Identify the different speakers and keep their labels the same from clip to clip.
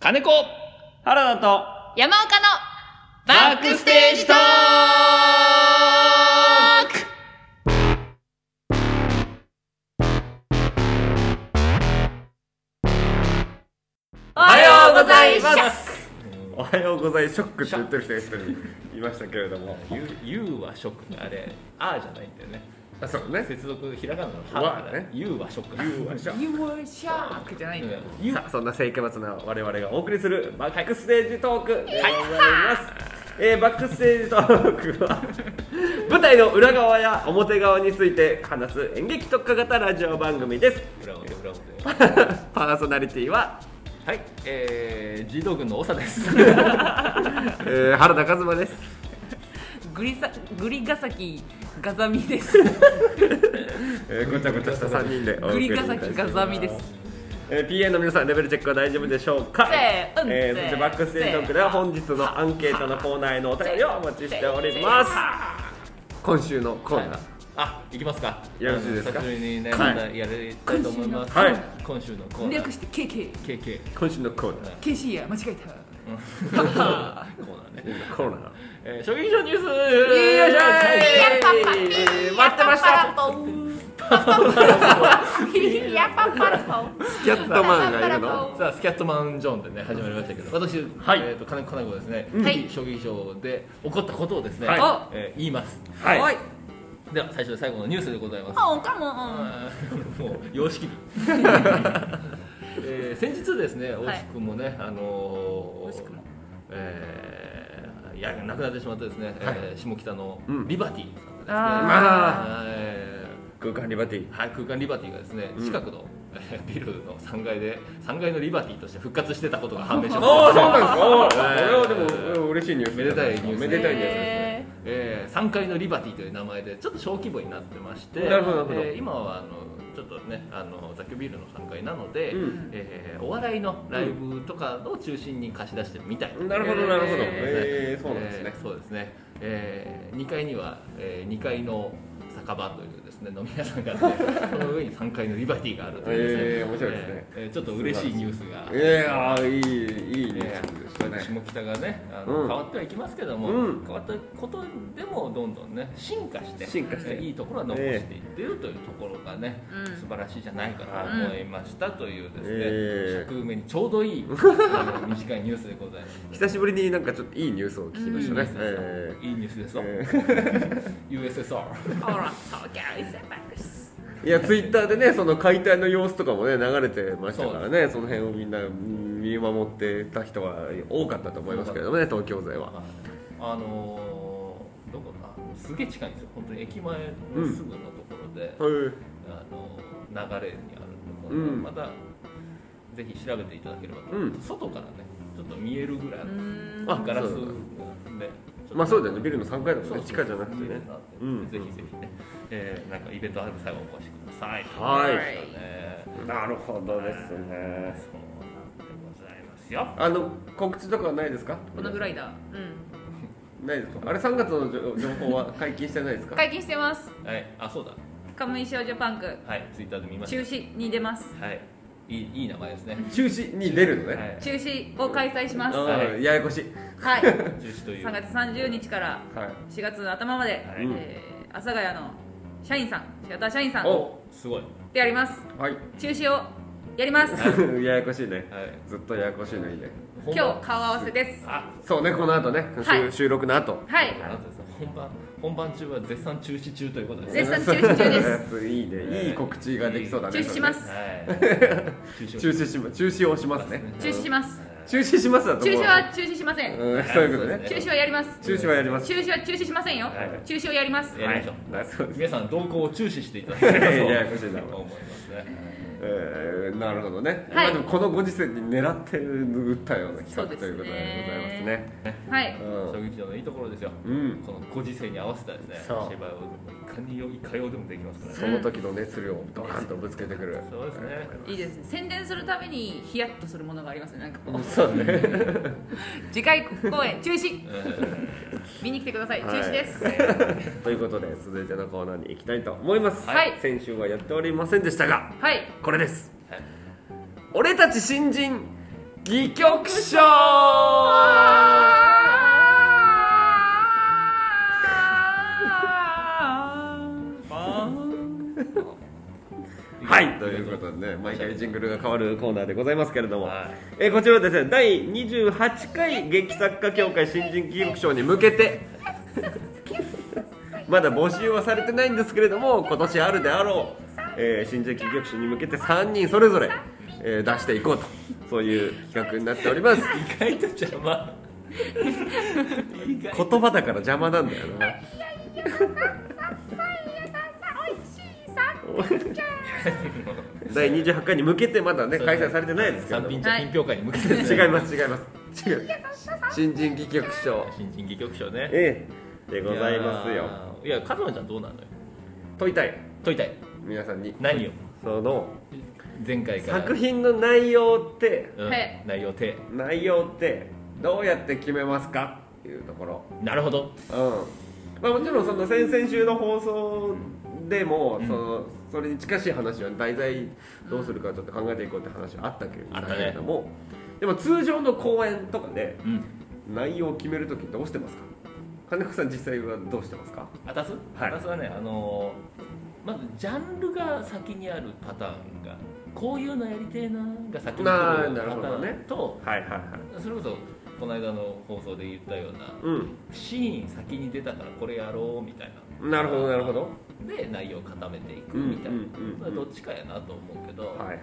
Speaker 1: 金子
Speaker 2: 原田と
Speaker 3: 山岡の
Speaker 1: バックステージトーク
Speaker 3: お
Speaker 2: お
Speaker 3: はようございます
Speaker 2: すおはようございショックって言ってる人が一人いましたけれども
Speaker 1: ゆゆうはショックあれあーじゃないんだよね
Speaker 2: あそうね
Speaker 1: 接続ひらがなの
Speaker 2: わ
Speaker 1: は
Speaker 2: ね
Speaker 1: ゆうはショック
Speaker 2: ゆうはショック
Speaker 3: ユーシャークじゃないんだよ
Speaker 1: ゆう
Speaker 2: さあそんな聖火末な我々がお送りするバックステージトークでございます、えーバックステージトークは舞台の裏側や表側について話す演劇特化型ラジオ番組です
Speaker 1: 裏表裏表
Speaker 2: パーソナリティは、
Speaker 1: はいえー、児童軍の長です
Speaker 2: えー原田和馬です
Speaker 3: グリサグリガサキガザミ です
Speaker 2: えー、ごちゃごちゃした3人でお
Speaker 3: グ
Speaker 2: 送り
Speaker 3: リ
Speaker 2: いた
Speaker 3: ガ
Speaker 2: しま
Speaker 3: サ
Speaker 2: す
Speaker 3: キガザミです
Speaker 2: えー、PA の皆さんレベルチェックは大丈夫でしょうか
Speaker 3: せーうん
Speaker 2: えー
Speaker 3: せー
Speaker 2: そしてバックステージトークでは本日のアンケートのコーナーへのお便りをお待ちしております今週のコーナー
Speaker 1: あ、行きますか
Speaker 2: よろしいです
Speaker 1: 久
Speaker 2: か
Speaker 1: しぶりにね、ま
Speaker 2: はい
Speaker 1: たやりたいと思います
Speaker 2: はい
Speaker 1: 今週のコーナ
Speaker 3: 略
Speaker 1: ー
Speaker 3: して KK
Speaker 1: 経験
Speaker 2: 今週のコーナ
Speaker 3: KC や間違えた
Speaker 1: コーナーね
Speaker 2: ーコーナー
Speaker 1: えー、衝撃場ニュース
Speaker 2: よいしょー待ってました
Speaker 3: いやパッパラポ
Speaker 2: キャットマンがいるの
Speaker 1: さあスキャットマンジョンでね始まりましたけど私、
Speaker 2: はい
Speaker 1: えー、と金子金子がですね、
Speaker 3: はい
Speaker 1: 将棋場で起こったことをですね、
Speaker 2: はい
Speaker 1: えー言います
Speaker 2: は
Speaker 3: お
Speaker 2: い、
Speaker 3: い
Speaker 1: では最初で最後のニュースでございます
Speaker 3: あおかも
Speaker 1: あーもう様 式に、えー先日ですね惜しくもね、あのー
Speaker 3: 惜しくも
Speaker 1: えーいや亡くなってしまったですね、えー下北の
Speaker 2: うん
Speaker 1: リバティさんがですね、
Speaker 3: あ
Speaker 1: えー
Speaker 2: 空間リバティ
Speaker 1: はい、空間リバティがですね、
Speaker 2: ん
Speaker 1: 近くのえービルの3階で3階のリバティとして復活してたことが判明しました
Speaker 2: おおそうなんですか
Speaker 1: はい
Speaker 2: おーこれはでもうん嬉しいニュース
Speaker 1: めでたいニュース
Speaker 2: めでたいニュースですね
Speaker 3: へ
Speaker 1: えー3階のリバティという名前でちょっと小規模になってまして
Speaker 2: なるほどなるほど
Speaker 1: えー今はあのちょっとねあの雑居ビルの3階なので、
Speaker 2: うん
Speaker 1: えーお笑いのライブとかを中心に貸し出してるみたい
Speaker 2: なるほどなるほど
Speaker 1: え
Speaker 2: えーそうなんですね
Speaker 1: えーそうですね、え2階には、え2階の酒場というですね飲み屋さんがあ ってその上に3階のリバティがあるというですね、
Speaker 2: えー面白いですね
Speaker 1: えーえーちょっと嬉しいニュースが
Speaker 2: えー、あーいいいいニュ
Speaker 1: え
Speaker 2: ー
Speaker 1: ー
Speaker 2: スでしたね
Speaker 1: 下北がねあの、
Speaker 2: うん
Speaker 1: 変わってはいきますけども、
Speaker 2: うん
Speaker 1: 変わったことでもどんどんね進化して
Speaker 2: 進化して
Speaker 1: えーいいところは残していってるというところがね、
Speaker 3: うん
Speaker 1: 素晴らしいじゃないかなと思いました、というですね、
Speaker 2: えー
Speaker 1: 尺埋めにちょうど いいあの短いニュースでございます。
Speaker 2: 久しぶりになんかちょっといいニュースを聞きま
Speaker 1: いい
Speaker 2: し
Speaker 1: ニ
Speaker 2: た
Speaker 1: ュー
Speaker 2: ね
Speaker 1: ス、
Speaker 2: え
Speaker 1: ですよいいニュースですよ、
Speaker 2: え
Speaker 1: USSR
Speaker 3: ーあらそうギャルセバルス
Speaker 2: ーいやツイッターでねその解体の様子とかもね流れてましたからねその辺をみんなうん見守ってた人は多かったと思いますけれどもね東京勢は
Speaker 1: あのーどこかなすげえ近いんですよ本当に駅前のすぐのところで、
Speaker 2: はい
Speaker 1: あの流れにあるところで、
Speaker 2: うん
Speaker 1: またぜひ調べていただければと思います、外からねちょっと見えるぐらいの
Speaker 3: うん
Speaker 2: あ
Speaker 1: ガラス
Speaker 2: そうだ
Speaker 1: で
Speaker 2: まあそうだよねビ
Speaker 1: ル
Speaker 2: ルの3階だもんね地下じゃなくてねうん
Speaker 1: ぜひぜひね、えー、なんかイベントある際はお越しください
Speaker 2: はい
Speaker 1: ね
Speaker 2: なるほどです
Speaker 1: そうなん
Speaker 2: ね
Speaker 1: でございますよ
Speaker 2: あの告知とかはないですか
Speaker 3: このぐらいだうん
Speaker 2: ないですかあれ3月の情情報は解禁してないですか
Speaker 3: 解禁してます
Speaker 1: はいあそうだ
Speaker 3: カムイ少女パンク
Speaker 1: はいツイッターで見まし
Speaker 3: 中止に出ます
Speaker 1: たはいいいいい名前ですね、
Speaker 2: 中止に出るの
Speaker 1: は
Speaker 2: ね
Speaker 1: い、
Speaker 3: 中止を開催します
Speaker 2: あ
Speaker 3: は
Speaker 2: ーややこしい
Speaker 3: い
Speaker 1: 中止という
Speaker 3: 3月30日から
Speaker 2: はい
Speaker 3: 4月の頭まで、
Speaker 1: はい
Speaker 2: うん
Speaker 3: えー阿佐ヶ谷の社員さんシアター社員さん
Speaker 2: お
Speaker 1: すごい
Speaker 3: でやります
Speaker 2: はい
Speaker 3: 中止をやります
Speaker 2: ややこしいね
Speaker 1: はい
Speaker 2: ずっとややこしいのいいね
Speaker 3: 今日顔合わせです
Speaker 1: あ
Speaker 2: そうねこの後ね、
Speaker 3: はい
Speaker 2: 収収録の後
Speaker 3: はい
Speaker 1: あとですね本番本番中は絶賛中止中ということですね。
Speaker 3: 絶賛中止中です
Speaker 2: いいねいい告知ができそうだね
Speaker 3: 中止します
Speaker 1: はい。中止
Speaker 2: 中止しま中止をしますね
Speaker 3: 中止します
Speaker 2: 中止しますだと
Speaker 3: 中
Speaker 2: 思う
Speaker 3: 止は中止しません中
Speaker 2: うんそういうことね
Speaker 1: 中
Speaker 3: 止はやります
Speaker 2: 中止はやります
Speaker 3: 中止は中止しませんよ
Speaker 1: はい
Speaker 3: 中止をやります
Speaker 1: やりましょう。
Speaker 2: はいそうです
Speaker 1: 皆さん動向を注視していただければと
Speaker 2: いやややこしいな
Speaker 1: 思いますね。
Speaker 2: えー、なるほどね、
Speaker 3: はい
Speaker 2: まあでもこのご時世に狙って打ったような
Speaker 3: そうで
Speaker 2: 企画とい
Speaker 3: すね
Speaker 2: うことでございますね
Speaker 3: はい
Speaker 1: 衝撃場のいいところですよ。
Speaker 2: うん、うん、
Speaker 1: このご時世に合わせたですね。
Speaker 2: そう
Speaker 1: 芝居をいかによいかようでもできますから
Speaker 2: そ
Speaker 1: ね。
Speaker 2: の時の熱量をドカンとぶつけてくる
Speaker 1: そうですね。
Speaker 3: いいですね宣伝するためにヒヤッとするものがありますねなんかこう
Speaker 2: そうね
Speaker 3: 次回公演中止
Speaker 1: え
Speaker 3: 見に来てください中
Speaker 2: はい
Speaker 3: 止です
Speaker 2: ということで続いてのコーナーに行きたいと思います、
Speaker 3: はい
Speaker 2: 先週はやっておりませんでしたが
Speaker 3: はい
Speaker 2: これです
Speaker 1: ーはい
Speaker 2: 俺たち新人戯曲賞はい、ということでね、毎回ジングルが変わるコーナーでございますけれども、
Speaker 1: はい
Speaker 2: えーこちらはですね、第28回劇作家協会新人記録賞に向けて、まだ募集はされてないんですけれども、今年あるであろう、えー新人記録賞に向けて3人それぞれ、えー出していこうと、そういう企画になっております。
Speaker 1: 意外と邪魔意外
Speaker 2: 言葉だから邪魔なんだよな。第28回に向けてまだね開催されてないですけれ
Speaker 1: 三
Speaker 2: ど
Speaker 1: 品
Speaker 2: も
Speaker 1: 茶品評会に向けてですね
Speaker 2: 違います違います違う新人戯曲賞
Speaker 1: 新人戯曲賞ね
Speaker 2: ええでございますよ
Speaker 1: いやカズマちゃんどうなのよ
Speaker 2: 問いたい
Speaker 1: 解いたい
Speaker 2: 皆さんに
Speaker 1: 何を
Speaker 2: その
Speaker 1: 前回から
Speaker 2: 作品の内容って
Speaker 1: うん
Speaker 3: はい
Speaker 1: 内容て
Speaker 2: 内容ってどうやって決めますかっていうところ
Speaker 1: なるほど
Speaker 2: うんまあもちろんその先々週の放送でも、
Speaker 1: うん
Speaker 2: そのそれに近しい話は題材どうするかちょっと考えていこうって話はあったけれども
Speaker 1: あったね
Speaker 2: でも通常の公演とかで
Speaker 1: うん
Speaker 2: 内容を決めるときどうしてますか金子さん実際はどうしてますか
Speaker 1: あたす
Speaker 2: はい
Speaker 1: あたすはねあのーまずジャンルが先にあるパターンがこういうのやりてえなが先に来る
Speaker 2: なあ
Speaker 1: パ
Speaker 2: なるほ
Speaker 1: タ
Speaker 2: どね
Speaker 1: ーンと
Speaker 2: はいはいはい
Speaker 1: それこそこの間の放送で言ったような
Speaker 2: う
Speaker 1: シーン先に出たからこれやろうみたいなん
Speaker 2: なるほどなるほど
Speaker 1: で内容を固めていくみたいな、
Speaker 2: うんうんうんうん
Speaker 1: まあどっちかやなと思うけど、
Speaker 2: はいはいはい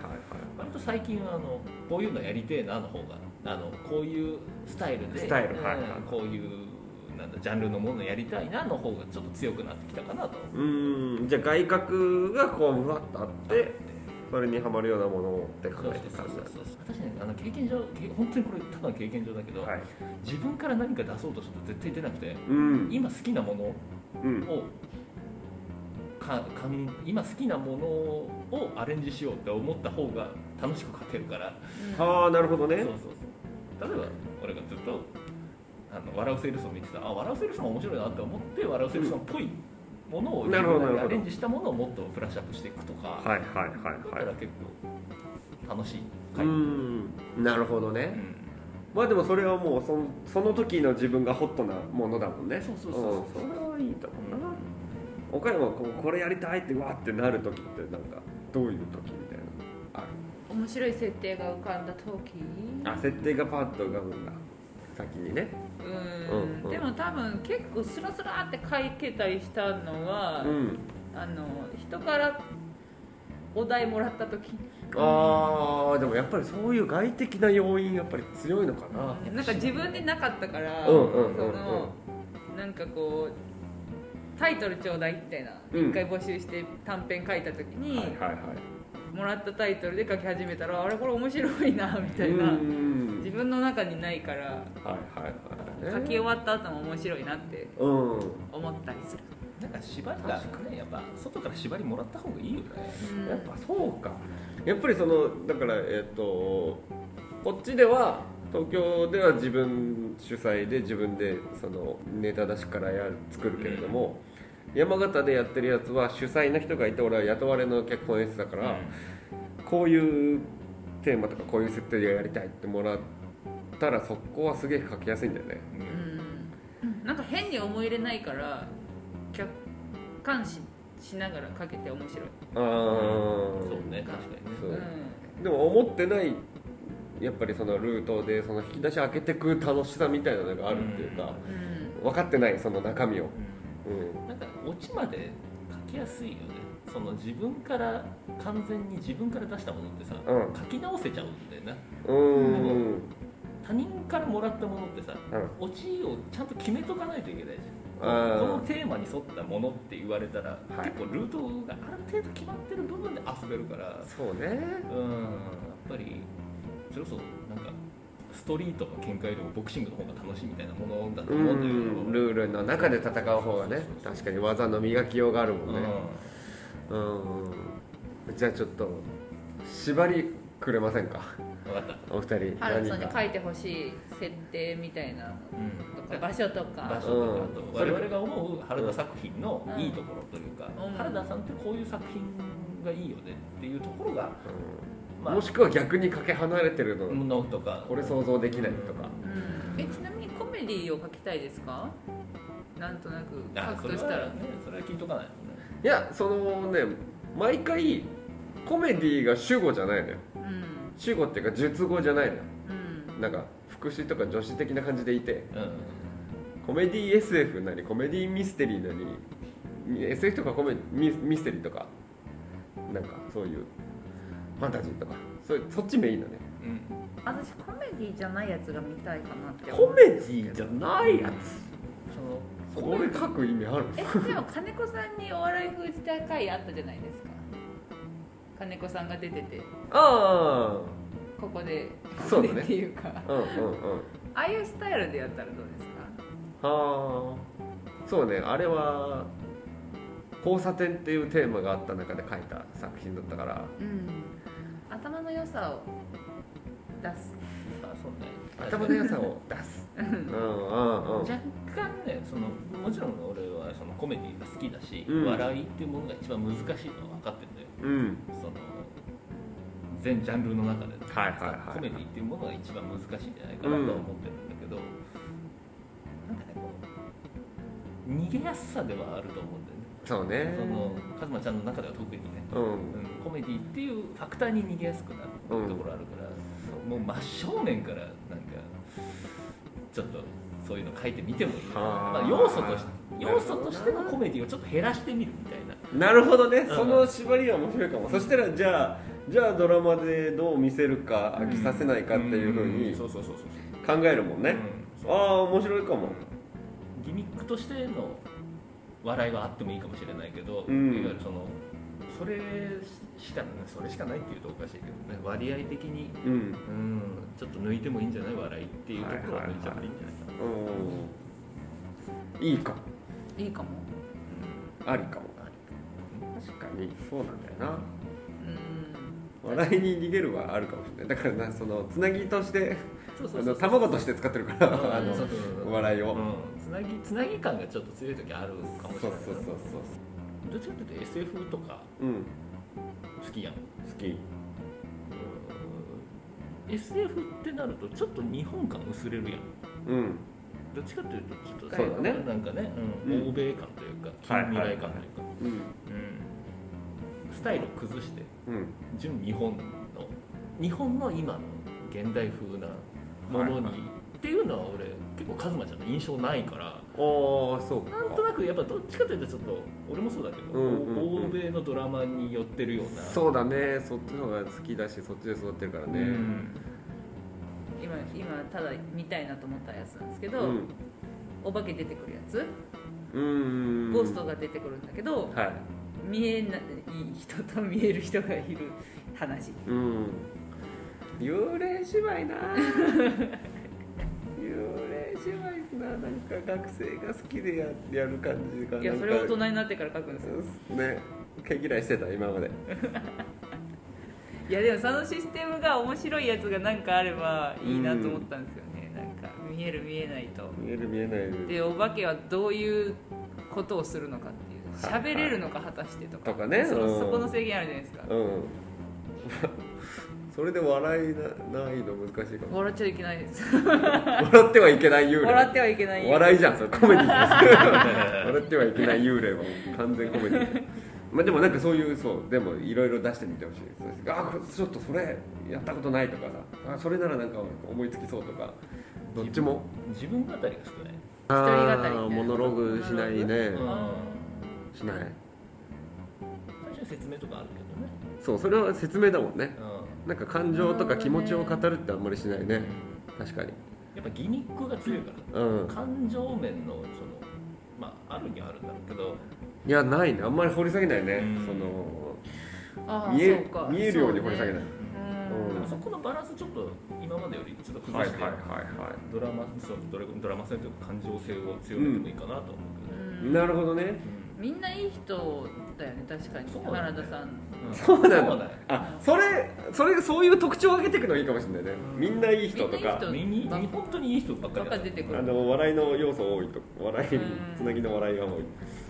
Speaker 1: 割と最近はあのこういうのやりてえなの方があのこういうスタイルで
Speaker 2: スタイルはいはい
Speaker 1: うんこういうなんだジャンルのものやりたいなの方がちょっと強くなってきたかなと
Speaker 2: うーんじゃあ外角がこうふわっとあってそれにはまるようなものって考
Speaker 1: そう
Speaker 2: え
Speaker 1: そう
Speaker 2: て
Speaker 1: そ
Speaker 2: た
Speaker 1: うんそう
Speaker 2: だ
Speaker 1: そう私ねあの経験上け本当にこれただの経験上だけど、
Speaker 2: はい
Speaker 1: 自分から何か出そうとすると絶対出なくて
Speaker 2: うん
Speaker 1: 今好きなもの
Speaker 2: うん
Speaker 1: をかかん今好きなものをアレンジしようって思った方が楽しく書けるから
Speaker 2: ああなるほど
Speaker 1: そうそ
Speaker 2: ね
Speaker 1: うそう例えば俺がずっと「あの笑うセールスマン」見てたあ笑うセールスマン面白いなって思って笑うセールスマンっぽいものを
Speaker 2: なるほどなるほど
Speaker 1: アレンジしたものをもっとブラッシュアップしていくとか、
Speaker 2: はいはい
Speaker 1: だ
Speaker 2: は
Speaker 1: か
Speaker 2: いは
Speaker 1: ら
Speaker 2: い
Speaker 1: 結構楽しい回
Speaker 2: うーんなるほど
Speaker 1: う
Speaker 2: ね
Speaker 1: ん
Speaker 2: まあでもそれはもうそのその時の自分がホットなものだもんね
Speaker 1: そうそうそうそうん
Speaker 2: それはいいと思うな岡山はこうこれやりたいってわーってなる時ってなんかどういう時みたいなのある
Speaker 4: 面白い設定が浮かんだ時
Speaker 2: あ設定がパッと浮かぶんだ先にね
Speaker 4: う
Speaker 2: うんうん
Speaker 4: んでも多分結構スラスラって書いてたりしたのは、
Speaker 2: うん
Speaker 4: あの人からお題もらった時
Speaker 2: あーでもやっぱりそういう外的な要因やっぱり強いのかな
Speaker 4: なんか自分でなかったから、
Speaker 2: うんうんうんうん
Speaker 4: そのなんかこうタイトルちょうだいみたいな一、
Speaker 2: うん
Speaker 4: 回募集して短編書いた時に、
Speaker 2: はいはいはい
Speaker 4: もらったタイトルで書き始めたらあれこれ面白いなみたいうな、
Speaker 2: ん
Speaker 4: 自分の中にないから
Speaker 2: はいはいはい
Speaker 4: 書き終わった後も面白いなって
Speaker 2: うん
Speaker 4: 思ったりする、
Speaker 1: なんか縛りがねやっぱ外から縛りもらった方がいいよね
Speaker 4: うん
Speaker 2: やっぱそうかやっぱりそのだからえっ、とこっちでは東京では自分主催で自分でそのネタ出しからや作るけれども、山形でやってるやつは主催の人がいて俺は雇われの脚本演出だから、こういうテーマとかこういう設定でやりたいってもらったらそこはすげえ書きやすいんだよね
Speaker 1: うん
Speaker 4: うんなんか変に思い入れないから客観視しながらかけて面白い、
Speaker 2: あー
Speaker 1: そうね確かにね
Speaker 2: そううんでも思ってないやっぱりそのルートでその引き出し開けてく楽しさみたいなのがあるっていうか、
Speaker 4: うん
Speaker 2: 分かってないその中身を、
Speaker 1: うんなんかオチまで書きやすいよねその自分から完全に自分から出したものってさ、
Speaker 2: うん
Speaker 1: 書き直せちゃうんだよな
Speaker 2: うんうん
Speaker 1: 他人からもらったものってさ、
Speaker 2: う
Speaker 1: オチをちゃんと決めとかないといけないじゃんこ
Speaker 2: あ
Speaker 1: のテーマに沿ったものって言われたら、
Speaker 2: い
Speaker 1: 結構ルートがある程度決まってる部分で遊べるから
Speaker 2: ーそうね
Speaker 1: うんやっぱりそれこそなんかストリートの喧嘩よりもボクシングの方が楽しいみたいなものだと
Speaker 2: う
Speaker 1: 思うんだけど、
Speaker 2: んルールの中で戦う方がね確かに技の磨きようがあるもんねうん、うん、じゃあちょっと縛りくれませんか
Speaker 1: 分かった、
Speaker 2: お二人
Speaker 4: 原田さん
Speaker 2: 何
Speaker 4: に
Speaker 2: か
Speaker 4: 書いてほしい設定みたいなの
Speaker 1: うん
Speaker 4: とか場所と
Speaker 1: 場
Speaker 4: か
Speaker 1: 所とかあと
Speaker 2: うん
Speaker 1: 我々が思う原田作品の
Speaker 4: うん
Speaker 1: いいところというか、
Speaker 4: うん
Speaker 1: 原田さんってこういう作品がいいよねっていうところが
Speaker 2: う
Speaker 1: まあ
Speaker 2: もしくは逆にかけ離れてるの
Speaker 1: ものとか
Speaker 2: これ想像できないとか
Speaker 4: うんえちなみにコメディを書きたいですかなんとなく
Speaker 1: あ
Speaker 4: 書
Speaker 1: そ
Speaker 4: く
Speaker 1: れ
Speaker 4: と
Speaker 1: は
Speaker 4: したら
Speaker 1: ねそれは聞いとかないとね
Speaker 2: いやそのね毎回コメディが主語じゃないのよ
Speaker 4: うん
Speaker 2: 主語っていうか述語じゃないのよ
Speaker 4: うん
Speaker 2: なんか副詞とか助詞的な感じでいて
Speaker 1: う
Speaker 2: コメディ SF なりコメディミステリーなり SF とかコメミミステリーとかなんかそういうファンタジーとかそういうそっちメインだね
Speaker 1: ん、うん
Speaker 4: 私コメディじゃないやつが見たいかなって思う
Speaker 2: コメディじゃないや
Speaker 1: その
Speaker 2: つこれ書く意味ある
Speaker 4: えでも金子さんにお笑い封じた回あったじゃないですか金子さんが出てて
Speaker 2: あ
Speaker 4: ここで
Speaker 2: あそうだ
Speaker 4: ここで
Speaker 2: ね
Speaker 4: っていうか
Speaker 2: うんうんうん
Speaker 4: ああいうスタイルでやったらどうです
Speaker 2: はあそうねあれは交差点っていうテーマがあった中で書いた作品だったから
Speaker 4: か頭の良さを出す
Speaker 1: あそうね
Speaker 2: 頭の良さを出す うんうんうん
Speaker 1: 若干ねそのもちろん俺はそのコメディが好きだし、
Speaker 2: うん
Speaker 1: 笑いっていうものが一番難しいのは分かってんだよ
Speaker 2: うん
Speaker 1: その全ジャンルの中で、
Speaker 2: はいはいはい
Speaker 1: コメディっていうものが一番難しいんじゃないかなとは思ってるんだけど、なんかねこう逃げやすさではあると思うんだよね
Speaker 2: そうね
Speaker 1: そのカズマちゃんの中では特にね、
Speaker 2: うん
Speaker 1: うん、コメディっていうファクターに逃げやすくなるところあるから、もう真正面からなんかちょっとそういうの書いてみてもいいな、
Speaker 2: はあ
Speaker 1: まあ、要素とし
Speaker 2: なる
Speaker 1: 要
Speaker 2: ほどな
Speaker 1: 素としてのコメディをちょっと減らしてみるみたいな
Speaker 2: なるほどね、
Speaker 1: うん
Speaker 2: その縛りは面白いかも、そしたらじゃあじゃあドラマでどう見せるか飽きさせないかっていうふうに
Speaker 1: そうそうそうそう
Speaker 2: 考えるもんね、
Speaker 1: うん
Speaker 2: ああ面白いかも
Speaker 1: ギミックとしての笑いはあってもいいかもしれないけど、
Speaker 2: うん
Speaker 1: いわゆるそのそれしかねそれしかないっていうとおかしいけどね割合的に
Speaker 2: うん、
Speaker 1: うんちょっと抜いてもいいんじゃない笑いっていうところは抜いちゃっていいんじゃないかな、
Speaker 2: うんいいかも
Speaker 4: いいかも
Speaker 2: ありかも確かにそうなんだよな
Speaker 4: うん
Speaker 2: 笑いに逃げるはあるかもしれないだからなそのつなぎとして
Speaker 1: そう
Speaker 2: あ
Speaker 1: そうそ
Speaker 2: の
Speaker 1: うそう
Speaker 2: 卵として使ってるからあの
Speaker 1: そうそうそう
Speaker 2: お笑いを、
Speaker 1: うんつなぎつなぎ感がちょっと強い時あるかもし
Speaker 2: そ
Speaker 1: れないな
Speaker 2: うそうそうそう
Speaker 1: どっちかっていうと SF とか
Speaker 2: うん
Speaker 1: 好きやん
Speaker 2: 好き
Speaker 1: SF ってなるとちょっと日本感薄れるやん
Speaker 2: うん
Speaker 1: どっちかっていうとちょっと
Speaker 2: そうだね
Speaker 1: なんかね、うん
Speaker 2: うん
Speaker 1: 欧米感というか
Speaker 2: はい
Speaker 1: 近未来感というか、
Speaker 2: うん
Speaker 1: うんスタイルを崩して
Speaker 2: うん
Speaker 1: 純日本の日本の今の現代風なものに、
Speaker 2: はい
Speaker 1: っていうのは俺結構カズマちゃんの印象ないから
Speaker 2: ああそうか
Speaker 1: なんとなくやっぱどっちかというとちょっと俺もそうだけど、
Speaker 2: うんうんうん
Speaker 1: 欧米のドラマに寄ってるような
Speaker 2: そうだねそっちの方が好きだしそっちで育ってるから
Speaker 1: う
Speaker 2: ね、
Speaker 1: ん
Speaker 4: 今今ただ見たいなと思ったやつなんですけど、
Speaker 2: うん
Speaker 4: お化け出てくるやつ
Speaker 2: うん
Speaker 4: ゴーストが出てくるんだけど、
Speaker 2: はい
Speaker 4: 見えない人と見える人がいる話
Speaker 2: うん幽霊芝居 な幽霊芝居ななんか学生が好きでややる感じが
Speaker 4: いや
Speaker 2: なん
Speaker 4: そ
Speaker 2: か
Speaker 4: れを大人になってから書くんですよ
Speaker 2: ね毛嫌いしてた今まで
Speaker 4: いやでもそのシステムが面白いやつが何かあればいいなと思ったんですよね、なんか見える見えないと
Speaker 2: 見える見えない
Speaker 4: でお化けはどういうことをするのかっていう
Speaker 2: はいはい
Speaker 4: 喋れるのか果たしてとか
Speaker 2: とかね
Speaker 4: そ
Speaker 2: うん
Speaker 4: のそこの制限あるじゃないですか
Speaker 2: うん それで笑いなないの難しいかも
Speaker 4: 笑っちゃいけないです
Speaker 2: 笑ってはいけない幽霊
Speaker 4: 笑ってはいけない
Speaker 2: 笑いじゃんそれコメディ です笑ってはいけない幽霊は完全コメディまあでもなんかそういうそうでもいろいろ出してみてほしいですあこれちょっとそれやったことないとかさあそれならなんか思いつきそうとかどっちも
Speaker 1: 自分語りが少ない、
Speaker 2: 一
Speaker 4: 人語りみたい
Speaker 2: モ
Speaker 4: な
Speaker 2: ノログしないね
Speaker 1: うん、
Speaker 2: しない
Speaker 1: 最初に説明とかあるけ
Speaker 2: そうそれは説明だもんね
Speaker 1: どね、
Speaker 2: なんか感情とか気持ちを語るってあんまりしない
Speaker 1: うん
Speaker 2: ね確かに
Speaker 1: やっぱギミックが強いから、
Speaker 2: うん
Speaker 1: 感情面のそのまああるにはあるんだろうけど
Speaker 2: いやないねあんまり掘り下げないね
Speaker 1: うん
Speaker 2: その
Speaker 4: ああ
Speaker 2: 見
Speaker 4: そ
Speaker 2: え
Speaker 4: うか
Speaker 2: 見えるように掘り下げない
Speaker 4: うん
Speaker 1: でもそこのバランスちょっと今までよりちょっと崩
Speaker 2: はい
Speaker 1: し
Speaker 2: は
Speaker 1: て、
Speaker 2: いはいはい
Speaker 1: ドラマそうドラドラマ性というか感情性を強めてもいいかなと思うけどね、
Speaker 4: うん
Speaker 2: なるほどね。
Speaker 4: みんないい人だよね確かに
Speaker 1: そうだ
Speaker 4: 原
Speaker 1: ね
Speaker 4: 田さん
Speaker 1: うん
Speaker 2: そうなの
Speaker 1: だよ
Speaker 2: あ、それ、それ、そういう特徴を上げていくのいいかもしれないね。みんないい人と
Speaker 4: みんないい
Speaker 2: か
Speaker 4: 人、
Speaker 1: みんな本当にいい人ばっか
Speaker 4: ばっ
Speaker 1: り
Speaker 4: か
Speaker 1: だ
Speaker 4: 出てく
Speaker 2: あ
Speaker 4: る
Speaker 2: の笑いの要素多いと、笑い、
Speaker 4: うん
Speaker 2: つなぎの笑いが多い。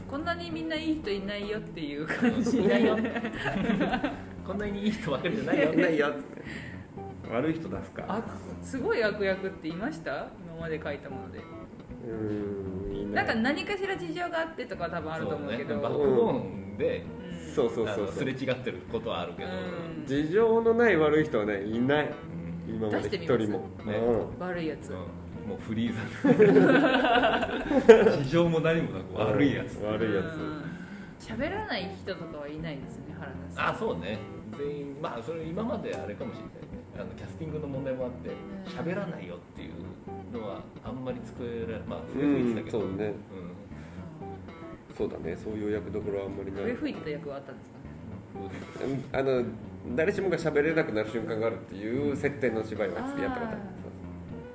Speaker 4: こんなにみんないい人いないよっていう感じ
Speaker 1: いないよ
Speaker 4: ね
Speaker 1: こんなにいい人ばっかりじゃないよ
Speaker 2: ないや 悪い人出すか
Speaker 4: あすごい悪役っていました今まで書いたもので
Speaker 2: うーんいな
Speaker 4: ないんか何かしら事情があってとかは多分あると思うけど
Speaker 1: そね、バックボーンで、
Speaker 4: うん
Speaker 2: そうそう
Speaker 1: あ
Speaker 2: そ
Speaker 1: の
Speaker 2: う
Speaker 1: す
Speaker 2: そう
Speaker 1: れ違ってることはあるけど、
Speaker 4: うん
Speaker 2: 事情のない悪い人はねいない今まで一
Speaker 4: 出して
Speaker 2: 人
Speaker 4: み
Speaker 2: も
Speaker 4: ま
Speaker 1: ね
Speaker 2: うん
Speaker 4: 悪いやつ、
Speaker 1: うんもうフリーザ事情も何もなく悪いやつ
Speaker 2: 悪いや
Speaker 4: つ喋らない人とかはいないですね原田さん
Speaker 1: あそうね全員まあそれ今まであれかもしれないねあのキャスティングの問題もあって喋らないよっていうのはあんまり作れらまあ
Speaker 2: つ
Speaker 1: 増えてたけど
Speaker 2: そうね
Speaker 1: うん
Speaker 2: そうだねそういう役どころはあんまりない
Speaker 4: 上吹いてた役はあったんですか
Speaker 2: うんあの誰しもが喋れなくなる瞬間があるっていう設定の芝居はやったことある
Speaker 4: あー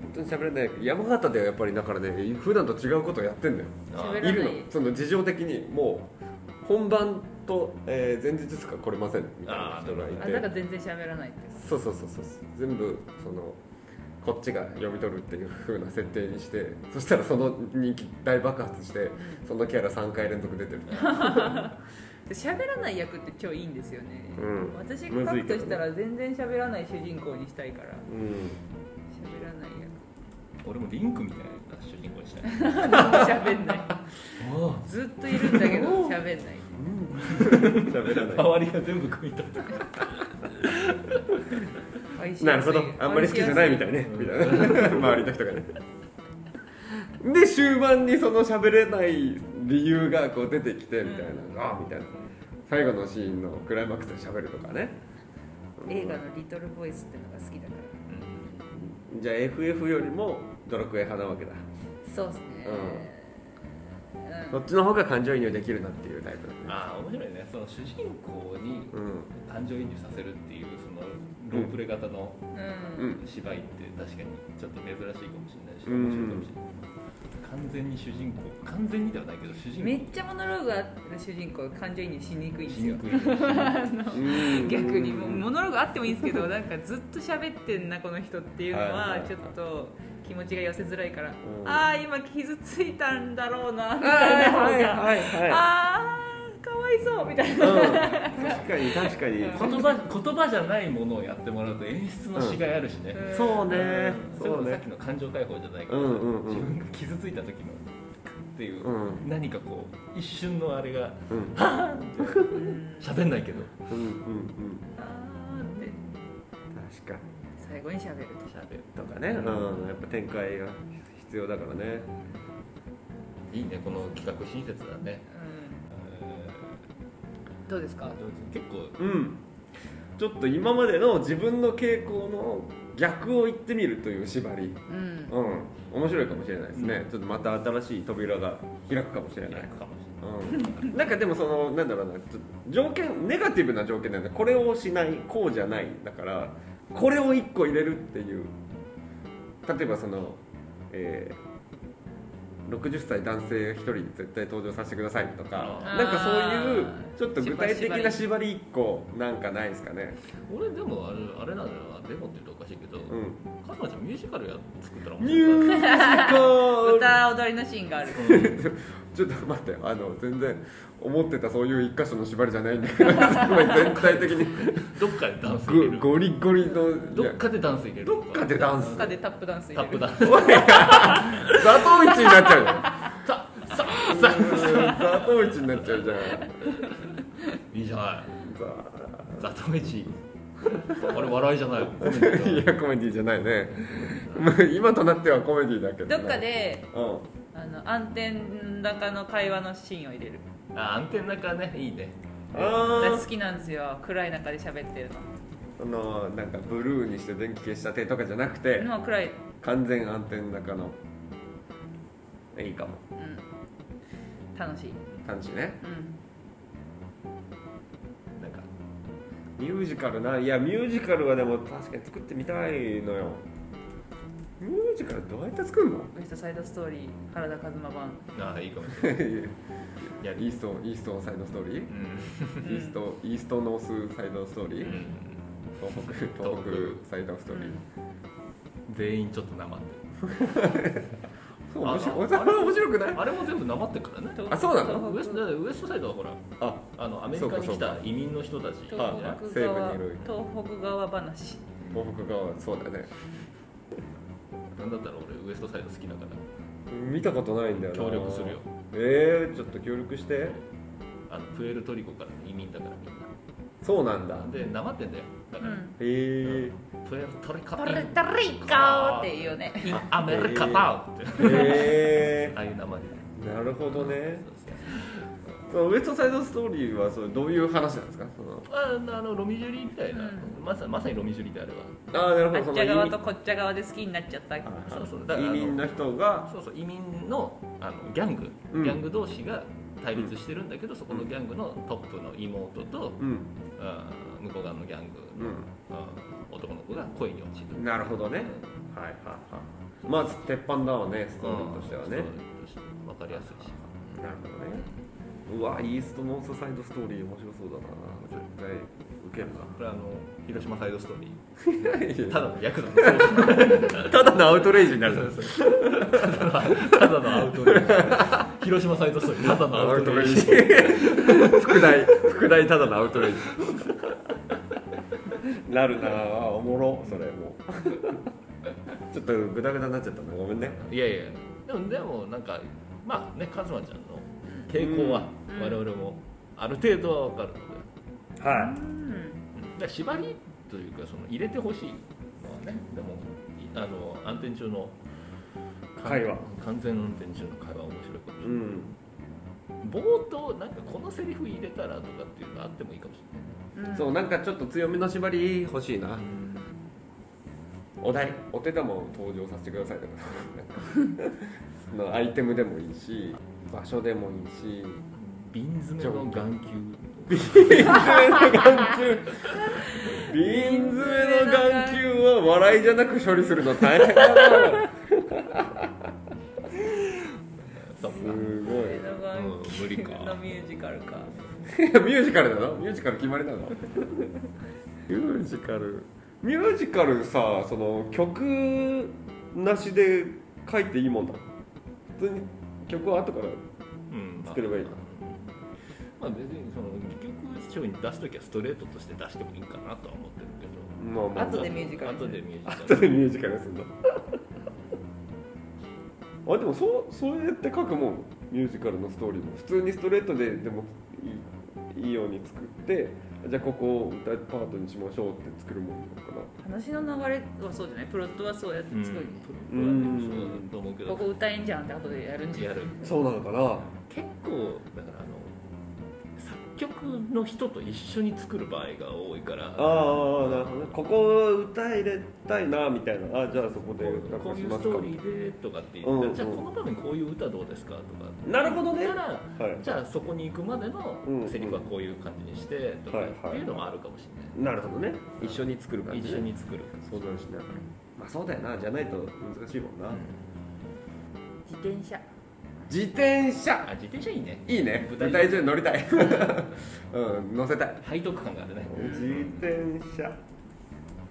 Speaker 2: 本当に喋れない山形ではやっぱりだからね普段と違うことをやってんだよ
Speaker 1: あ
Speaker 4: 喋らない
Speaker 2: いるのその事情的にもう本番と、えー前日しか来れませんみたいな人がい
Speaker 4: あ
Speaker 2: て
Speaker 4: だから全然喋らないってこと
Speaker 2: そうそうそうそう全部そのこっちが読み取るっていう風な設定にしてそしたらその人気大爆発してそのキャラ3回連続出てる
Speaker 4: で喋らない役って超いいんですよね、
Speaker 2: うん
Speaker 4: 私が
Speaker 2: む
Speaker 4: 書
Speaker 2: ずいけ
Speaker 4: くと
Speaker 2: どね
Speaker 4: したら全然喋らない主人公にしたいから
Speaker 2: うん
Speaker 4: 喋らない役
Speaker 1: 俺もリンクみたいな主人公にしたい
Speaker 4: 何も喋んないずっといるんだけど喋んない
Speaker 2: 喋らない
Speaker 1: 周りが全部組み立てて
Speaker 4: 愛しやすい
Speaker 2: なるほどあんまり好きじゃないみたいねみたいな周りの人がねで終盤にその喋れない理由がこう出てきてみたいな、あみたいな最後のシーンのクライマックスで喋るとかね
Speaker 4: 映画の「リトルボイス」ってのが好きだから
Speaker 2: じゃあ FF よりもドラクエ派なわけだ
Speaker 4: そうですね、うん
Speaker 2: そっちの方が感情移入できるなっていうタイプだね
Speaker 1: ああ面白いねその主人公に
Speaker 2: うん
Speaker 1: 感情移入させるっていうそのロープレ型の
Speaker 4: う
Speaker 2: うんん
Speaker 1: 芝居って確かにちょっと珍しいかもしれないし
Speaker 2: うん
Speaker 1: 面白いかもしれない、完全に主人公完全にではないけど主人公
Speaker 4: めっちゃモノローグある主人公感情移入しにくいんで
Speaker 1: し
Speaker 4: す
Speaker 1: に
Speaker 4: よ
Speaker 1: くいし
Speaker 2: うん
Speaker 4: 逆にもうモノローグあってもいいんですけどなんかずっと喋ってんなこの人っていうの
Speaker 2: はいはい
Speaker 4: は
Speaker 2: はい
Speaker 4: ちょっと気持ちが寄せづらいから、
Speaker 2: ん
Speaker 4: ああ今傷ついたんだろうなみたいな
Speaker 2: は
Speaker 4: 方
Speaker 2: い
Speaker 4: が、
Speaker 2: はいは
Speaker 4: ああかわいそうみたい
Speaker 2: い、
Speaker 4: な、
Speaker 2: うん、確かに確かに
Speaker 1: 言葉言葉じゃないものをやってもらうと演出のしがいあるしね、
Speaker 4: うん
Speaker 2: そうね
Speaker 1: それこ
Speaker 2: そ
Speaker 1: そ
Speaker 2: う
Speaker 1: さ
Speaker 2: ね
Speaker 1: っきの感情解放じゃないけ
Speaker 2: う
Speaker 1: ど、
Speaker 2: んうんうん
Speaker 1: 自分が傷ついた時のっていう、
Speaker 2: う
Speaker 1: 何かこう一瞬のあれが
Speaker 2: うん
Speaker 4: うん
Speaker 1: 喋んないけど
Speaker 2: うんうんうん
Speaker 4: あーって
Speaker 2: 確か
Speaker 4: 最後に喋る
Speaker 1: 喋る
Speaker 2: にとかねうんやっぱ展開が必要だからね
Speaker 1: いいねこの企画親切だね、
Speaker 4: と、う
Speaker 1: え
Speaker 4: ん、どうですか
Speaker 1: ー結構
Speaker 2: うんちょっと今までの自分の傾向の逆を言ってみるという縛り
Speaker 4: うん
Speaker 2: うん面白いかもしれないですね、
Speaker 1: う
Speaker 2: ちょっとまた新しい扉が開くかもしれない
Speaker 1: 楽かもしれない
Speaker 2: うん、なんかでもそのなんだろうなちょっと条件ネガティブな条件なんでこれをしないこうじゃないだからこれを1個入れるっていう例えばその、えー60歳男性1人絶対登場させてくださいとか
Speaker 1: あ
Speaker 4: ー
Speaker 2: なんかそういうちょっと具体的な
Speaker 4: 縛
Speaker 2: 縛り1個なんかないですかね
Speaker 1: 俺でもあれあれなんだよなデモって言うとおかしいけど、
Speaker 2: う
Speaker 1: カズマちゃんミュージカルや作ったら
Speaker 2: んミ
Speaker 1: 白
Speaker 2: ュージ カル
Speaker 4: 歌踊りのシーンがある
Speaker 1: いか
Speaker 2: ちょっと待ってあの全然思ってたそういう一箇所の縛りじゃないんだけど 全体的に
Speaker 1: らどっかでダンス入れ
Speaker 2: ゴ
Speaker 1: る
Speaker 2: ゴリゴリの
Speaker 1: どっかでダンス入れる
Speaker 2: どっかでダンス
Speaker 4: 他でタップダンス入
Speaker 1: タッ
Speaker 4: れ
Speaker 1: プ
Speaker 4: る
Speaker 1: ダンス
Speaker 2: 座頭市になっちゃう
Speaker 1: ささ
Speaker 2: じゃん座頭市になっちゃうじゃん
Speaker 1: いいじゃない
Speaker 2: ざ
Speaker 1: ザトメチあれ笑いじゃないよ
Speaker 2: いやコメディじゃないねまあ今となってはコメディだけどね
Speaker 4: どっかで
Speaker 2: うん
Speaker 4: あの暗転中の会話のシーンを入れる
Speaker 1: あアンテナかねいいね
Speaker 2: あ
Speaker 4: 私好きなんですよ暗い中で喋ってる
Speaker 2: そのなんかブルーにして電気消した手とかじゃなくて
Speaker 4: のもう暗い、
Speaker 2: 完全暗転中のいいかも
Speaker 4: うん、楽しい、
Speaker 2: 楽しいね
Speaker 4: うん、
Speaker 1: なんか
Speaker 2: ミュージカルないやミュージカルはでも確かに作ってみたいのよミュージカルどうやって作るの
Speaker 4: ウエストサイドストーリー原田和真 版
Speaker 1: ああいいかもしれないい
Speaker 2: イ
Speaker 1: や
Speaker 2: ーストイーストサイドストーリー
Speaker 1: うん
Speaker 2: イーストイーストノースサイドストーリ
Speaker 1: う
Speaker 2: ー、
Speaker 1: ん
Speaker 2: 東北東北サイドストーリー、
Speaker 1: 全員ちょっとなまって
Speaker 2: そう面白い
Speaker 1: あ
Speaker 2: 小沢は面白くない
Speaker 1: あれも全部なまってるからね
Speaker 2: あそうなの
Speaker 1: ウエストウエストサイドはほら
Speaker 2: あ
Speaker 1: あのアメリカに
Speaker 2: そう
Speaker 1: 来
Speaker 2: かそう
Speaker 1: た移民の人たち
Speaker 2: はいはい
Speaker 4: 東
Speaker 2: 西
Speaker 4: 北
Speaker 2: 部
Speaker 4: 側
Speaker 2: にいる
Speaker 4: 東北側話
Speaker 2: 東北側そうだね
Speaker 1: なんだったら俺ウエストサイド好きだから
Speaker 2: 見たことないんだよな
Speaker 1: 協力するよ
Speaker 2: えー、ちょっと協力して
Speaker 1: あのプエルトリコからの移民だからみんな
Speaker 2: そうなんだ
Speaker 1: でなまってんだよだから、
Speaker 4: うん
Speaker 2: へえ
Speaker 1: プエルトリカ
Speaker 4: ポルトリコーっていうね
Speaker 1: インアメリカパウって
Speaker 2: ー、え
Speaker 1: ああいう名前でね
Speaker 2: ー、なるほどね
Speaker 1: そうそう
Speaker 2: そのウエストサイドストーリーはそれどういう話なんですかその
Speaker 1: ああのロミジュリみたいな、
Speaker 4: う
Speaker 1: まさまさにロミジュリであれば
Speaker 2: ああなるほ
Speaker 4: あ
Speaker 2: どその
Speaker 4: っちゃ側
Speaker 2: 移
Speaker 4: とこっちゃ側で好きになっちゃった
Speaker 2: 民
Speaker 1: そうそう
Speaker 2: あ
Speaker 1: だからあ
Speaker 2: 移
Speaker 1: の
Speaker 2: 民の人が
Speaker 1: そうそう移民のあのギャング
Speaker 2: うん
Speaker 1: ギャング同士が対立してるんだけど、そこのギャングのトップの妹と、
Speaker 2: うん
Speaker 1: あー向こう側のギャングの、あー男の子が恋に落ちる
Speaker 2: う。んなるほどねはいはいはいまず鉄板だわねストーリーとしてはね、
Speaker 1: 分かりやすいし
Speaker 2: なるほどねうわイーストノースサイドストーリー面白そうだな絶対ウケる
Speaker 1: これあの広島サイドストーリーた
Speaker 2: な
Speaker 1: だのヤクザの
Speaker 2: ただのアウトレイジになる
Speaker 1: ただのアウ トレイジ広島サイドストーリーただのア
Speaker 2: ア
Speaker 1: ウ
Speaker 2: ウ
Speaker 1: ト
Speaker 2: ト
Speaker 1: レ
Speaker 2: レ
Speaker 1: イ
Speaker 2: イ
Speaker 1: ジ
Speaker 2: ジ副題副題ただのアウトレイジなるなあおもろそれ もうちょっとグダグダになっちゃったなごめんね
Speaker 1: いやいやでもでもなんかまあねカズマちゃんの傾向は
Speaker 4: うん
Speaker 1: 我々もある程度は分かるので
Speaker 2: は
Speaker 4: うん
Speaker 1: だから縛りというかその入れてほしいのはねでもいあの暗転中の
Speaker 2: 会話
Speaker 1: 完全運転中の会話は面白いかもしれ
Speaker 2: うん
Speaker 1: ない、冒頭なんかこのセリフ入れたらとかっていうのあってもいいかもしれない
Speaker 4: うん
Speaker 2: そうなんかちょっと強めの縛り欲しいなお題お手玉を登場させてくださいとかなんかのアイテムでもいいし場所でもいいし
Speaker 1: 瓶詰めの眼球
Speaker 2: 瓶詰めの眼球は笑いじゃなく処理するの大変だな
Speaker 1: そっか
Speaker 2: すごい
Speaker 4: 上の眼
Speaker 1: うん無 理か
Speaker 4: 球のミュージカルか
Speaker 2: い やミュージカルなのミュージカル決まりなのミュージカルミュージカルさその曲なしで書いていいもんだ普通に曲は後から
Speaker 1: うん
Speaker 2: 作ればいいな
Speaker 1: まあ別にその結局商品出す時はストレートとして出してもいいかなとは思ってるけど
Speaker 2: まあまあ
Speaker 4: 後でミュージカル
Speaker 1: 後でミュージカ
Speaker 2: 後
Speaker 1: ル
Speaker 2: でミュージカルするんだあでもそうそうやって書くもんミュージカルのストーリーも普通にストレートででもいいいいように作ってじゃあここを歌パートにしましょうって作るもんなのかな
Speaker 4: 話の流れはそうじゃないプロットはそうやって
Speaker 1: うん
Speaker 4: 作るよね、
Speaker 2: うん
Speaker 1: そうだと思うけ
Speaker 4: こ
Speaker 1: ど
Speaker 4: こ歌えんじゃんって後でやるんじゃ
Speaker 1: や
Speaker 4: ん
Speaker 1: る
Speaker 2: そうなのかな
Speaker 1: 結構だからあの作曲の人と一緒に作る場合が多いから
Speaker 2: ああなるほどねここを歌入れたいなみたいなあじゃあそこで歌
Speaker 1: こう
Speaker 2: し
Speaker 1: いう
Speaker 2: ま
Speaker 1: ス
Speaker 2: すか
Speaker 1: トーリーでとかって言って、
Speaker 2: うんうん
Speaker 1: じゃあこの場面こういう歌どうですかとか
Speaker 2: なるほどね
Speaker 1: だから
Speaker 2: はい
Speaker 1: じゃあそこに行くまでのセリフはこういう感じにしてとか
Speaker 2: はい
Speaker 1: っていうのもあるかもし
Speaker 2: なるほどね一緒に作る
Speaker 1: れな
Speaker 2: 感
Speaker 1: い、
Speaker 2: じね
Speaker 1: 一緒に作る
Speaker 2: 相談しながらまあそうだよなじゃないと難しいもんな、
Speaker 4: 自転車
Speaker 2: 自転車
Speaker 1: あ自転車いいね
Speaker 2: いいね
Speaker 1: 舞台
Speaker 2: 舞台
Speaker 1: 上
Speaker 2: 上に乗り たいうん乗せたい
Speaker 1: 背徳感があるね
Speaker 2: 自転車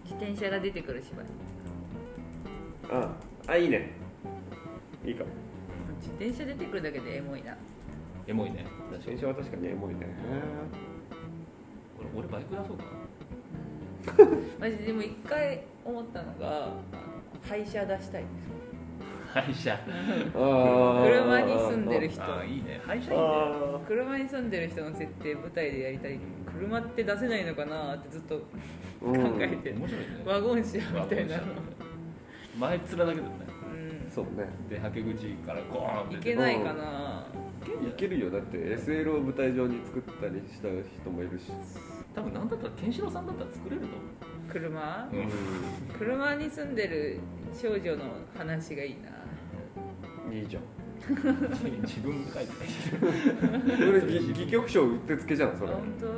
Speaker 4: 自転車が出てくる芝居
Speaker 2: ああいいねいいかも
Speaker 4: 自転車出てくるだけでエモいな
Speaker 1: エモいね確
Speaker 2: 自
Speaker 1: かに
Speaker 2: 転車は確かにエモいね
Speaker 1: 俺俺バイク出そうか
Speaker 4: 私でも一回思ったのがあの廃車出したいんですよ
Speaker 1: な 廃車
Speaker 4: 車
Speaker 2: 車
Speaker 4: に住んでる人
Speaker 1: ああいいね廃車いいね
Speaker 2: あ
Speaker 4: 車に住んでる人の設定舞台でやりたい車って出せないのかなってずっと
Speaker 2: ーう
Speaker 4: 考
Speaker 2: ん
Speaker 4: えてる、
Speaker 1: 面白いね
Speaker 4: ワゴン車み
Speaker 1: ワゴ
Speaker 4: た
Speaker 1: ン
Speaker 4: い
Speaker 1: 車前面だけど
Speaker 4: なの、
Speaker 1: ね
Speaker 4: う
Speaker 2: そうね
Speaker 1: ではけ口からゴーンって
Speaker 4: ん、いけないかな、
Speaker 2: いけるよだって SL を舞台上に作ったりした人もいるし、
Speaker 1: 多分なんだったらケンシロウさんだったら作れると思
Speaker 4: 車
Speaker 1: う、
Speaker 4: 車に住んでる少女の話がいいな
Speaker 2: うん、いいじゃん
Speaker 1: 自分が書い てない
Speaker 2: 俺戯曲賞うってつけじゃんそ
Speaker 4: あ
Speaker 2: れう
Speaker 4: 本当、
Speaker 2: ん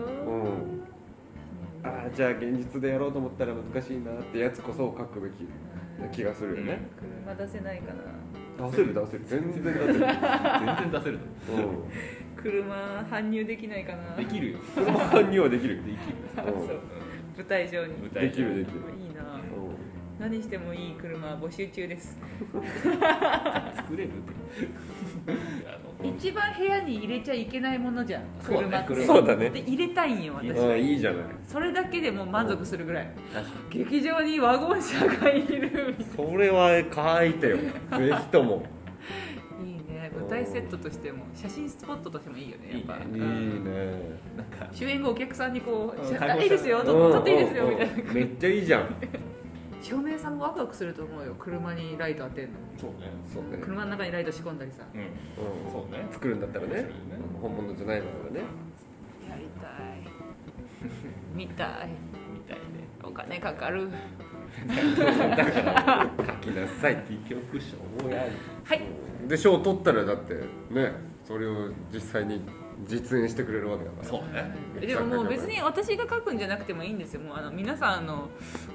Speaker 2: あーじゃあ現実でやろうと思ったら難しいなってやつこそ書くべきな気がするよね、
Speaker 4: 車出せないかな
Speaker 2: 出せる出せる全然出せ
Speaker 1: 全
Speaker 2: る、
Speaker 1: 然出せる
Speaker 2: うん、
Speaker 4: 車搬入できないかな
Speaker 1: のできるよ
Speaker 2: 車犯にはできるよ
Speaker 1: できる
Speaker 4: あそう舞台上に
Speaker 1: 舞
Speaker 2: で
Speaker 1: 台
Speaker 2: きるできる、
Speaker 4: いいな
Speaker 2: う
Speaker 4: 何してもいい車は募集中です
Speaker 1: 作れるってあの
Speaker 4: 一番部屋に入れちゃいけないものじゃん
Speaker 1: そう
Speaker 4: 車
Speaker 1: ね
Speaker 4: って
Speaker 1: 車
Speaker 2: そうだね
Speaker 4: で入れたいんよ私
Speaker 2: うんいいじゃない
Speaker 4: それだけでもう満足するぐらい
Speaker 2: 確か
Speaker 4: 劇場にワゴン車がいる
Speaker 2: にそれは書いてよぜひとも
Speaker 4: いいね舞台セットとしても写真スポットとしてもいいよねやっぱ
Speaker 1: いい
Speaker 2: いいね
Speaker 1: なんか
Speaker 4: 主演後お客さんにこう「
Speaker 1: うん
Speaker 4: 写
Speaker 1: 対応
Speaker 4: あいいですよ
Speaker 2: うん
Speaker 4: 撮撮っていいですよ」
Speaker 2: うん
Speaker 4: みたいな
Speaker 2: めっちゃいいじゃん
Speaker 4: 照明さんもワクワクすると思うよ車にライト当てるの
Speaker 1: そうね
Speaker 2: そうね、
Speaker 4: 車の中にライト仕込んだりさ
Speaker 1: うん
Speaker 2: うん、
Speaker 1: そうね
Speaker 2: 作るんだったらね
Speaker 1: そうね
Speaker 2: 本物じゃないのがね
Speaker 4: やりたい見た
Speaker 1: みた
Speaker 4: い
Speaker 1: いね
Speaker 4: お金か かる
Speaker 2: 書きなさいって
Speaker 1: 結局しょ
Speaker 2: 思いある
Speaker 4: はい
Speaker 2: で賞を取ったらだってねそれを実際に実演してくれるわけだから
Speaker 1: そうね
Speaker 4: でももう別に私が書くんじゃなくてもいいんですよもうあの皆さんあの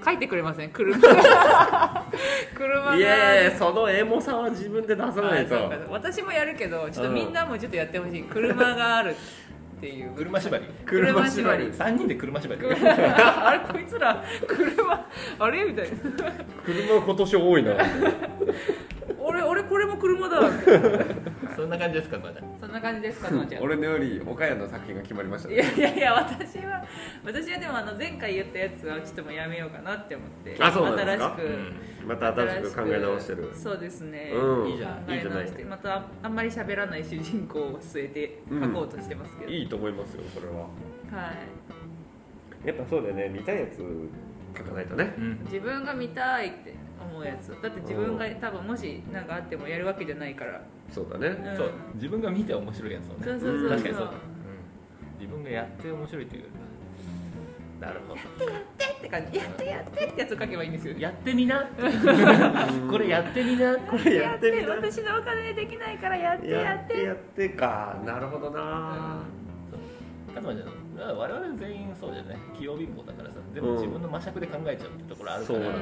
Speaker 4: 書いてくれ ません車車が
Speaker 2: いやいやそのエモさは自分で出さないと
Speaker 4: あそうか私もやるけどちょっとみんなもちょっとやってほしい車があるっていう
Speaker 1: 車縛り
Speaker 4: 車縛り
Speaker 1: 3人で車縛り
Speaker 4: あれこいつら車あれみたいな
Speaker 2: 車今年多いな
Speaker 4: 俺俺これも車だ
Speaker 1: そんな感じですかまだ
Speaker 4: そんな感じですかのんちゃん
Speaker 2: 俺のより岡谷の作品が決まりました
Speaker 4: い
Speaker 2: ね
Speaker 4: やいやいや私は私はでもあの前回言ったやつはちょっともうやめようかなって思って
Speaker 2: あそうなんですか
Speaker 4: 新しく、
Speaker 2: また新しく考え直してる
Speaker 4: そうですね、
Speaker 2: うん
Speaker 1: いいじゃん
Speaker 4: 考え直して
Speaker 2: いいじゃ
Speaker 4: またあんまり喋らない主人公を据えて書こうとしてますけど、
Speaker 2: いいと思いますよそれは
Speaker 4: はい
Speaker 2: やっぱそうだよね見たいやつ書かないとね
Speaker 1: うん
Speaker 4: 自分が見たいって思うやつだって自分が多分もし何かあってもやるわけじゃないから、
Speaker 2: そうだね
Speaker 4: うん
Speaker 1: そう自分が見て面白いやつをね
Speaker 4: そうそうそうそう
Speaker 1: 確かにそうだ、うん、自分がやって面白いっていうなるほど
Speaker 4: って感じやってやってってやつを書けばいいんですよね
Speaker 1: やってみなこれやってみな
Speaker 2: これやってみたい
Speaker 4: 私のお金でできないからやってやって
Speaker 2: やってかなるほどな
Speaker 1: カズマちゃんまあ我々全員そうじゃない器用貧乏だからさ全部自分の魔尺で考えちゃうってところあるか
Speaker 2: そう
Speaker 1: ら、
Speaker 2: だね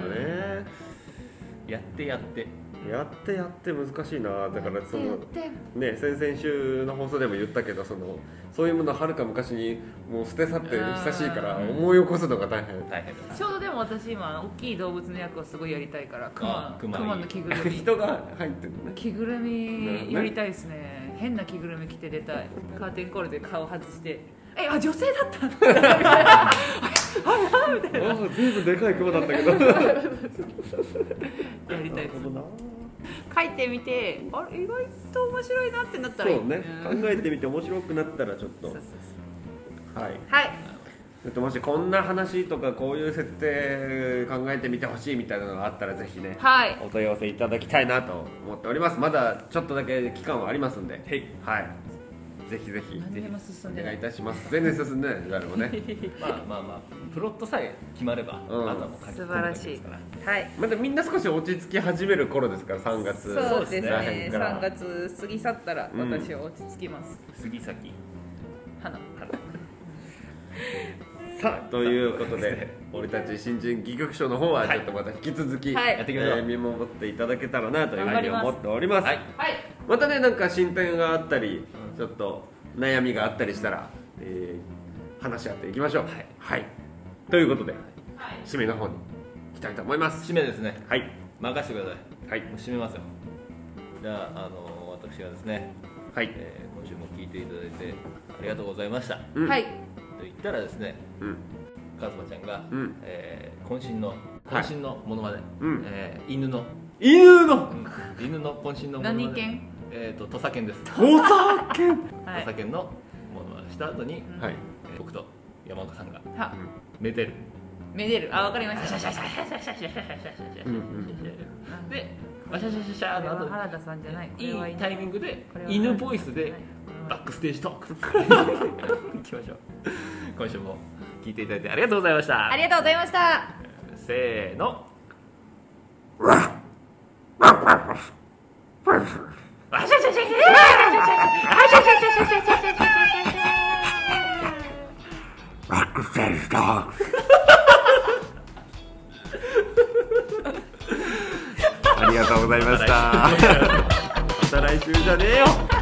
Speaker 1: やってやって
Speaker 2: やってやって難しいなだからそ
Speaker 4: や
Speaker 2: の
Speaker 4: って
Speaker 2: ね先々週の放送でも言ったけどそのそういうものはるか昔にもう捨て去って久しいから
Speaker 1: うん
Speaker 2: 思い起こすのが大変
Speaker 1: 大変だな
Speaker 4: ちょうどでも私今大きい動物の役をすごいやりたいからクマ
Speaker 1: あ
Speaker 4: ク
Speaker 1: 熊
Speaker 4: マ
Speaker 1: いい
Speaker 4: の着ぐる み
Speaker 2: 人が入ってる のね
Speaker 4: 着ぐるみやりたいですね変な着ぐるみ着て出たいカーテンコールで顔外して「えあ女性だった!」
Speaker 2: ああ随分でかい雲だったけど
Speaker 4: やりたいです
Speaker 2: な
Speaker 4: 書いてみてあれ意外と面白いなってなったらいい
Speaker 2: そうね
Speaker 4: ん
Speaker 2: 考えてみて面白くなったらちょっと
Speaker 4: そうそう
Speaker 2: はい
Speaker 4: はい
Speaker 2: ちょっともしこんな話とかこういう設定考えてみてほしいみたいなのがあったらぜひね
Speaker 4: はい
Speaker 2: お問い合わせいただきたいなと思っておりますまだちょっとだけ期間はありますんで
Speaker 1: はい
Speaker 2: はいぜひぜひ
Speaker 4: 何
Speaker 2: ぜ
Speaker 4: で
Speaker 2: ひ
Speaker 4: も進んで
Speaker 2: お
Speaker 4: な
Speaker 2: 願い
Speaker 4: い
Speaker 2: いたします全然進んでな い誰もね
Speaker 1: まあまあまあプロットさえ決まれば、
Speaker 2: うん
Speaker 1: あとはもう書き込
Speaker 4: 素
Speaker 1: む
Speaker 4: 晴
Speaker 1: だ
Speaker 4: ら
Speaker 1: け
Speaker 4: し
Speaker 1: で
Speaker 4: い
Speaker 1: すから
Speaker 4: はい
Speaker 2: まだみんな少し落ち着き始める頃ですから3月
Speaker 4: そうです
Speaker 1: そうです
Speaker 4: ね
Speaker 2: ね
Speaker 4: 3月過ぎ去ったら
Speaker 2: うん
Speaker 4: 私は落ち着きます
Speaker 1: 杉崎
Speaker 4: 花
Speaker 2: さあということで俺たち新人戯曲賞の方はちょっとまた引き続き、
Speaker 4: はい
Speaker 1: やっていきましょう
Speaker 2: えー見守っていただけたらなというふうに思っております
Speaker 1: はい
Speaker 4: はい
Speaker 2: またねなんか進展があったり、ちょっと悩みがあったりしたら、えー話し合っていきましょうはい、ということで
Speaker 4: はい
Speaker 2: 締めの方に行きたいと思います
Speaker 1: 締めですね
Speaker 2: はい
Speaker 1: 任せてください
Speaker 2: はい
Speaker 1: もう締めますよじゃああの私がですね、
Speaker 2: はい
Speaker 1: えー今週も聞いていただいてありがとうございましたと
Speaker 2: うん
Speaker 4: はい
Speaker 1: 言ったらですね
Speaker 2: うん
Speaker 1: カズマちゃんが、
Speaker 2: うん
Speaker 1: えー渾身の渾身のものまで、
Speaker 2: うん
Speaker 1: えー犬の、
Speaker 2: 犬の
Speaker 1: うん犬の渾身のものまで
Speaker 4: 何犬
Speaker 1: えー、と土佐犬です土
Speaker 2: お酒
Speaker 4: はい
Speaker 1: 佐犬のものまねした後に、
Speaker 4: うん
Speaker 2: はい
Speaker 1: えー僕と山岡さんが
Speaker 4: は
Speaker 1: めでる
Speaker 4: めでるあわかりました
Speaker 2: うんうん
Speaker 1: でワシャシャシャシャー
Speaker 4: これ
Speaker 1: の後に
Speaker 4: は原田さんじゃないこれはい
Speaker 1: い
Speaker 4: い
Speaker 1: タイミングで
Speaker 4: これは
Speaker 1: 犬ボイスでバックステージトーク 行きましょう今週も聞いていただいてありがとうございました
Speaker 4: ありがとうございました
Speaker 1: せー のわしゃしゃしゃしゃ
Speaker 2: バックステージ だありがとうございましたまた来週じゃねえよ